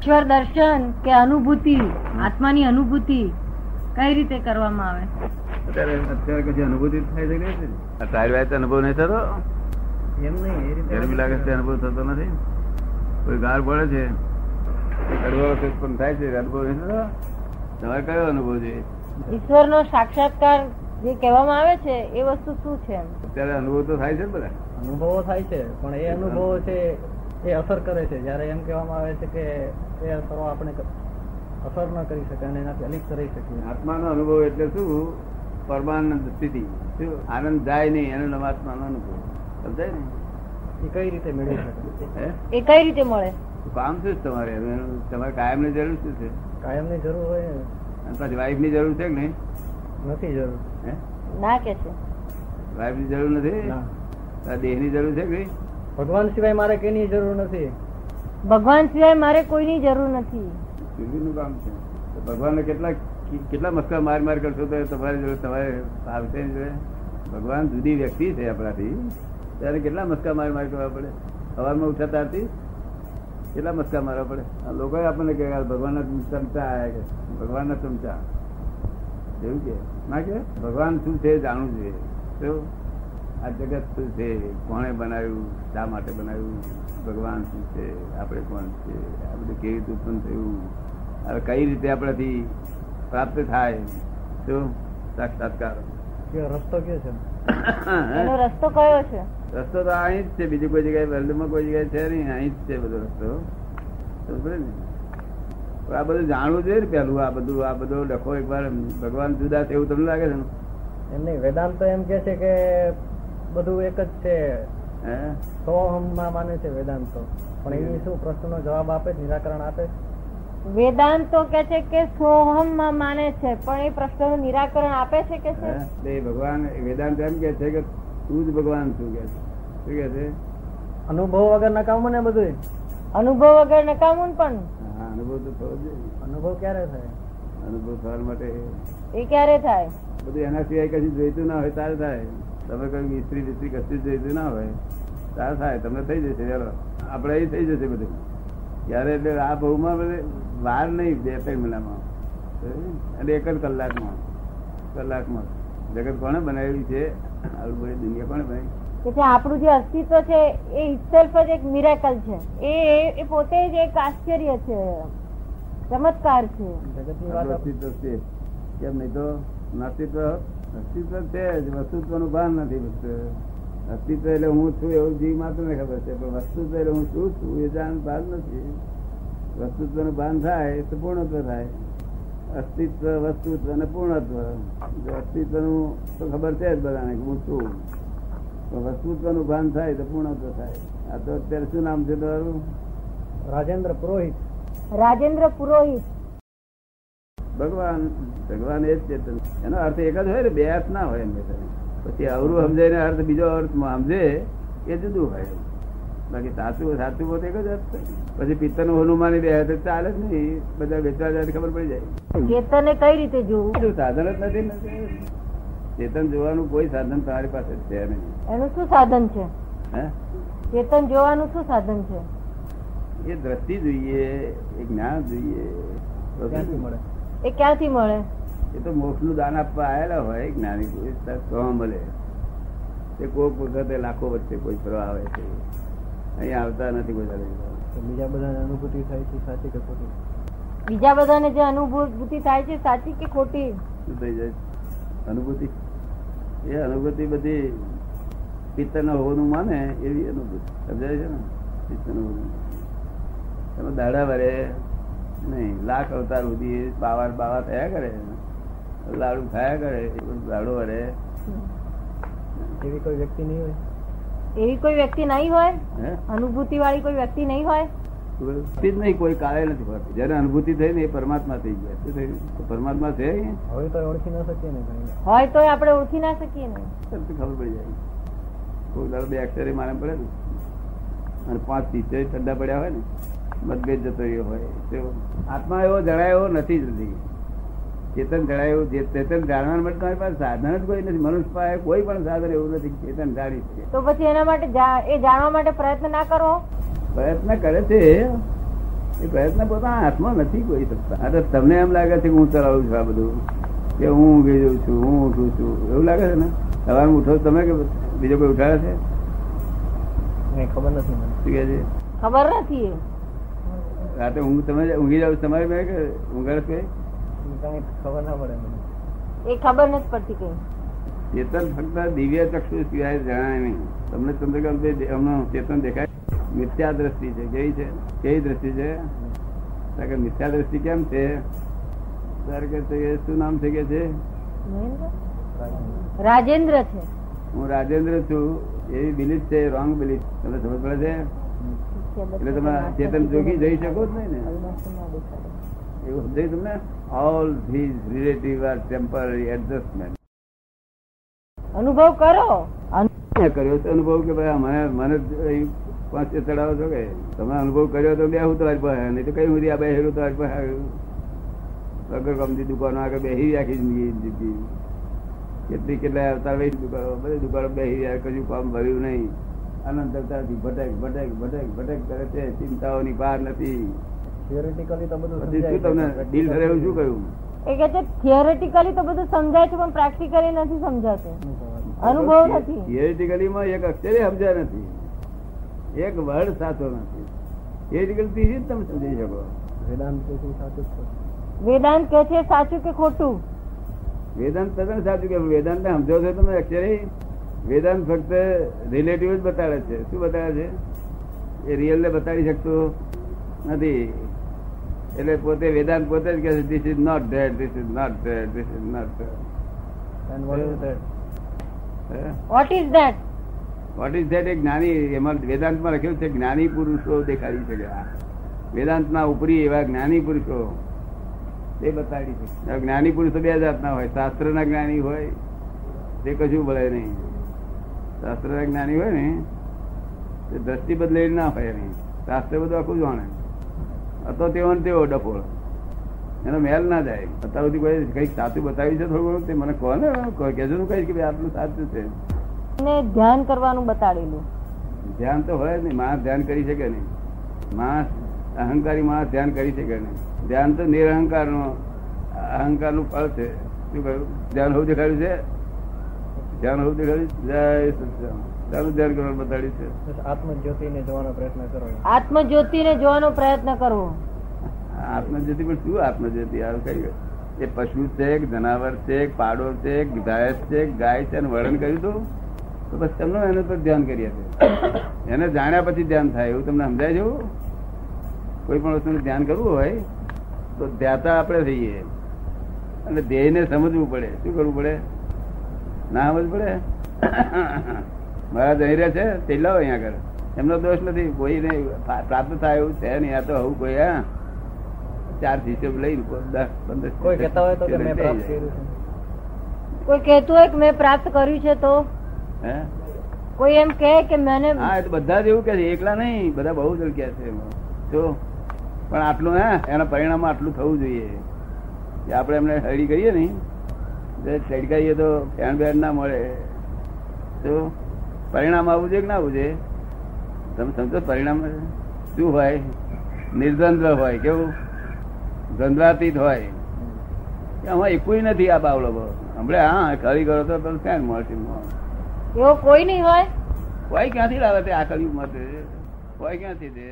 ઈશ્વર દર્શન કે અનુભૂતિ આત્માની અનુભૂતિ કઈ રીતે કરવામાં આવે અત્યારે અત્યારે કદી અનુભૂતિ થાય છે કે નહીં થતી? આ તારી વાત અનુભવ નહીં થતો એમ નહીં એ રીતે ગરમી લાગે છે અનુભવ થતો નથી કોઈ ગાર પડે છે એ કડવા વખત પણ થાય છે અનુભવ નહીં થતો તમારે કયો અનુભવ છે ઈશ્વરનો સાક્ષાત્કાર જે કહેવામાં આવે છે એ વસ્તુ શું છે એમ? અત્યારે અનુભવ તો થાય છે ને બધા અનુભવો થાય છે પણ એ અનુભવો છે એ અસર કરે છે જ્યારે એમ કહેવામાં આવે છે કે એ અસરો આપણે ક- અસર ન કરી શકે અને એનાથી અલિપ્ત રહી શકીએ આત્માનો અનુભવ એટલે શું પરમાનંદ સ્થિતિ શું? આનંદ જાય નહીં એનો નામ આત્માનો અનુભવ સમજાય એ કઈ રીતે મેળવી ને શકાય હે એ કઈ રીતે મળે તો કામ શું છે તમારે એનું- તમારે કાયમની જરૂર શું છે કાયમની જરૂર હોય ને? અને પછી વાઈફની જરૂર છે કે નહીં નથી જરૂર હે ના કે છે વાઈફની જરૂર નથી ના. તારા દેહની જરૂર છે કે નહીં ભગવાન સિવાય મારે કેની જરૂર નથી ભગવાન સિવાય મારે કોઈની જરૂર નથી જિંદગીનું કામ છે તો ભગવાનને કેટલા કેટલા મસ્કા માર માર કરશો તો તમારી જોડે તમારે આવશે ને જોડે? ભગવાન જુદી વ્યક્તિ છે આપણાથી ત્યારે કેટલા મસ્કા માર માર કરવા પડે સવારમાં ઉઠતા ત્યારથી કેટલા મસ્કા મારવા પડે આ લોકોએ આપણને કહે "આ ભગવાનના ચમચા આયા કે ભગવાનના ચમચા એવું કે ના કે ભગવાન શું છે એ જાણવું જોઈએ તો આ જગત શું છે કોણે બનાવ્યું શા માટે બનાવ્યું ભગવાન શું છે આપણે કોણ છે આ બધું કેવી રીતે ઉત્પન્ન થયું હવે કઈ રીતે આપણાથી પ્રાપ્ત થાય તો સાક્ષાત્કાર કે રસ્તો કયો છે એનો રસ્તો કયો છે રસ્તો તો અહીં જ છે બીજી કોઈ જગ્યાએ વર્લ્ડમાં કોઈ જગ્યાએ છે નહીં અહીં જ છે બધો રસ્તો સમજે ને? પણ આ બધું જાણવું જોઈએ ને પહેલું આ બધું આ બધો ડખો એકવાર ભગવાન જુદા છે એવું તમને લાગે છે ને એમ નહીં વેદાંત તો એમ કે છે કે બધું એક જ છે હે સોહમમાં માને છે વેદાંત તો પણ એની શું પ્રશ્નનો જવાબ આપે છે નિરાકરણ આપે છે? વેદાંત તો કે છે કે સોહમમાં માને છે પણ એ પ્રશ્નનું નિરાકરણ આપે છે કે છે એ ભગવાન વેદાંત એમ કે છે કે તું જ ભગવાન છું કે છે શું કે છે અનુભવ વગર નકામું ને બધું અનુભવ વગર નકામું ને પણ હા, અનુભવ તો થવો જોઈએ અનુભવ ક્યારે થાય અનુભવ થવા માટે એ ક્યારે થાય બધું એના સિવાય કશું જોઈતું ના હોય તારે થાય તમે કઈ મિસ્ત્રી વિસ્ત્રી કશું જ જોઈતું ના હોય તારે થાય તમને થઈ જશે ચાલો આપણે એ થઈ જશે બધું ત્યારે એટલે આ બહુમાં બધે વાર નહીં બે ત્રણ મહિનામાં અને એક જ કલાકમાં કલાકમાં જગત કોણે બનાવેલી છે આવું બધી દુનિયા કોણે બનાવી કે જે આપણું જે અસ્તિત્વ છે એ itself જ એક મિરેકલ છે એ એ પોતે જ એક આશ્ચર્ય છે ચમત્કાર છે જગતની વાત આપણું આપ- અસ્તિત્વ છે કેમ નહીં તો નાસ્તિત્વ અસ્તિત્વ છે જ વસ્તુત્વનું ભાન નથી બધું. અસ્તિત્વ એટલે હું છું એવું જીવ માત્ર ને ખબર છે પણ વસ્તુત્વ એટલે હું શું છું એ જાણ ભાન નથી વસ્તુત્વનું ભાન થાય તો પૂર્ણત્વ થાય અસ્તિત્વ વસ્તુત્વ અને પૂર્ણત્વ જો અસ્તિત્વનું તો ખબર છે જ બધાને કે હું છું પણ વસ્તુત્વનું ભાન થાય તો પૂર્ણત્વ થાય આ તો અત્યારે શું નામ છે તમારું રાજેન્દ્ર પુરોહિત રાજેન્દ્ર પુરોહિત ભગવાન ભગવાન એ જ ચેતન એનો અર્થ એક જ હોય ને બે અર્થ ના હોય એમ બધા. પછી અવરું સમજાય અર્થ બીજો અર્થ સમજે એ જુદું હોય બાકી સાચું સાચું પોતે એક જ અર્થ થાય. પછી પિત્તનું હનુમાની બે હાથે ચાલે જ નહીં બધા વેચવા જાય તો ખબર પડી જાય ચેતને કઈ રીતે જોવું બીજું સાધન જ નથી ને. ચેતન જોવાનું કોઈ સાધન તમારી પાસે છે નહીં એનું શું સાધન છે હે ચેતન જોવાનું શું સાધન છે એ દ્રષ્ટિ જોઈએ એ જ્ઞાન જોઈએ ક્યાંથી મળે એ ક્યાંથી મળે એ તો મોક્ષનું દાન આપવા આવેલા હોય જ્ઞાની પુરુષ ત્યાં તો મળે તે કોઈક વખતે લાખો વચ્ચે કોઈ ફરવા આવે છે અહીંયા આવતા નથી કોઈ દાડે. તો બીજા બધાને અનુભૂતિ થાય છે સાચી કે ખોટી બીજા બધાને જે અનુભૂતિ થાય છે સાચી કે ખોટી શું થઈ જાય અનુભૂતિ એ અનુભૂતિ બધી પિત્તના હોવાનું માને એવી અનુભૂતિ સમજાય છે ને પિત્તનું હોવાનું તમે દાડા વરે નહીં લાખ અવતાર સુધી એ બાવાર બાવા થયા કરે લાડુ ખાયા કરે એ બધું દાડો વરે એવી કોઈ વ્યક્તિ નહીં હોય એવી કોઈ વ્યક્તિ નહીં હોય હે અનુભૂતિ વાળી કોઈ વ્યક્તિ નહીં હોય વૃત્તિ જ નહીં કોઈ કાળે નથી ફરતી જ્યારે અનુભૂતિ થઈ ને એ પરમાત્મા થઈ ગયા શું થયું તો પરમાત્મા છે અહીંયા? હવે તો ઓળખી ન શકીએ ને ભાઈ હોય તો આપણે ઓળખી ના શકીએ ને તરત ખબર પડી જાય કોઈ દાડો બે અક્ષરે મારે પડે ને અને પાંચ ટીચર ઠંડા પડ્યા હોય ને મતભેદ જતો રહ્યો હોય તો આત્મા એવો જણાય એવો નથી જલ્દી ચેતન જણાય એવું જે ચેતન જાણવા માટે તમારી પાસે સાધન જ કોઈ નથી મનુષ્ય પાસે કોઈ પણ સાધન એવું નથી કે ચેતન જાણી શકે તો પછી એના માટે જા- એ જાણવા માટે પ્રયત્ન ના કરવો પ્રયત્ન કરે છે એ પ્રયત્ન પોતાના હાથમાં નથી કોઈ શકતા અરે તમને એમ લાગે છે કે હું ચલાવું છું આ બધું કે હું ઊંઘી જઉં છું હું ઉઠું છું એવું લાગે છે ને સવારે ઉઠો તમે કે બીજો કોઈ ઉઠાવે છે નહીં ખબર નથી મને શું કહે છે ખબર નથી રાતે ઊંઘ તમે જ- ઊંઘી જાવ છો તમારી મેં કે ઊંઘાડે છે એ કઈ ખબર ના પડે મને એ ખબર નથી પડતી કઈ ચેતન ફક્ત દિવ્ય ચક્ષુ સિવાય જણાય નહીં તમને ચંદ્રકાંત એમનું ચેતન દેખાય મિથ્યા દ્રષ્ટિ છે કેવી છે કેવી દ્રષ્ટિ છે કારણ કે મિથ્યા દ્રષ્ટિ કેમ છે ત્યારે કે છે કે શું નામ છે કે છે મહેન્દ્ર? રાજેન્દ્ર છે હું રાજેન્દ્ર છું એવી બિલીફ છે રોંગ બિલીફ તમને સમજ પડે છે એટલે તમે ચેતન જોગી જઈ શકો જ નહીં ને એવું સમજાય તમને all these relative are temporary adjustment અનુભવ કરો અન- મેં કર્યો તો અનુભવ કે ભાઈ આ મને મને જ અહીં પાંચે ચડાવો છો કે તમે અનુભવ કર્યો તો બે હું તમારી પાસે નહીં તો કઈ સુધી આ બે હેરું તમારી પાસે આવ્યું વગર ગમતી દુકાનો આગળ બેહી રાખી જિંદગી જીતી કેટલી કેટલા અવતાર વેચી દુકાનો બધી દુકાનો બેહી રહ્યા કશું કામ ભર્યું નહીં અનંત અવતારથી ભટક ભટક ભટક ભટક કરે છે ચિંતાઓની પાર નથી થિયોરિટિકલી તો બધું પછી સમજાય શું છે. તમને ડીલ કરે એવું શું કહ્યું એ કે છે થિયરેટિકલી તો બધું સમજાય છે પણ પ્રેક્ટિકલી નથી સમજાતું શું કહેવાય? અનુભવ નથી Theoretically માં એક અક્ષરે સમજ્યા નથી એક વર્ડ સાચો નથી Theoretically થી જ તમે સમજી શકો વેદાંત તો શું સાચું જ છે વેદાંત કે છે સાચું કે ખોટું વેદાંત તદ્દન સાચું કે વેદાંત સમજો છો તમે અક્ષરે વેદાંત ફક્ત રિલેટિવ જ બતાડે છે શું બતાવે છે એ રિયલ ને બતાડી શકતો નથી એટલે પોતે વેદાંત પોતે જ કહે છે this is not that this is not that this is not And what is that? What is that what is that એક જ્ઞાની એમાં વેદાંતમાં લખ્યું છે જ્ઞાની પુરુષો દેખાડી શક્યા વેદાંતના ઉપરી એવા જ્ઞાની પુરુષો તે બતાડી શકે હવે જ્ઞાની પુરુષો બે જાતના હોય શાસ્ત્રના જ્ઞાની હોય તે કશું ભળે નહીં શાસ્ત્રના જ્ઞાની હોય ને તે દ્રષ્ટિ બદલે ના હોય નહીં શાસ્ત્ર બધું આખું જાણે અથવા તેવો ને તેવો ડફોળ એનો મેલ ના જાય અત્યાર સુધી કોઈ કંઈક સાચું બતાવ્યું છે થોડું ઘણું તે મને કહો ને કહેજો ને કહીશ કે ભાઈ આટલું સાચું છે ને ધ્યાન કરવાનું બતાડેલું ધ્યાન તો હોય જ નહીં માણસ ધ્યાન કરી શકે નહીં માણસ અહંકારી માણસ ધ્યાન કરી શકે નહીં ધ્યાન તો નિરહંકાર નો અહંકાર નું ફળ છે શું કહ્યું ધ્યાન હોવું દેખાડ્યું છે ધ્યાન હોવું દેખાડ્યું છે? જય સત્સંગ તારું ધ્યાન કરવાનું બતાડ્યું છે બસ આત્મજ્યોતિને જોવાનો પ્રયત્ન કરો એમ. આત્મજ્યોતિને જોવાનો પ્રયત્ન કરવો આ આત્મજ્યોતિ પણ શું આત્મજ્યોતિ આ કઈ એ પશુ છે એક જનાવર છે એક પાડો છે એક ભેંસ છે એક ગાય છે એનું વર્ણન કર્યું હતું તો બસ તમને એના પર ધ્યાન કરીએ છીએ એને જાણ્યા પછી ધ્યાન થાય એવું તમને સમજાય છે એવું? કોઈ પણ વસ્તુનું ધ્યાન કરવું હોય તો ધ્યાતા આપણે થઈએ અને ધ્યેયને સમજવું પડે શું કરવું પડે ના સમજ પડે મારા જઈ રહ્યા છે તે લાવો અહીંયા આગળ એમનો દોષ નથી કોઈને પ્રાપ્ત થાય એવું છે નહીં આ તો આવું કોઈ હા ચાર હિસાબ લઈ દસ પંદર કોઈ કહેતા હોય તો કે મેં પ્રાપ્ત કર્યું છે કોઈ કહેતું હોય કે મેં પ્રાપ્ત કર્યું છે તો હે? કોઈ એમ કહે કે મને હા એ તો બધા જ એવું કે છે એકલા નહીં બધા બહુ જ કે છે એમાં. જો પણ આટલું હે એના પરિણામ આટલું થવું જોઈએ કે આપણે એમને હળી કરીએ ને જે સડકાઈએ તો ફેણ બેન ના મળે તો પરિણામ આવવું જોઈએ કે ના આવવું જોઈએ તમે સમજો પરિણામ શું હોય નિર્દ્વંદ્વ હોય કેવું દ્વંદ્વાતીત હોય કે આમાં એકુય નથી આ બાવલો બહુ હમણાં હા ખરી કરો તો તમે ફેન મળશે એવો કોઈ નહીં હોય કોઈ ક્યાંથી લાવે તે આ કળિયુગમાં તે કોઈ ક્યાંથી દે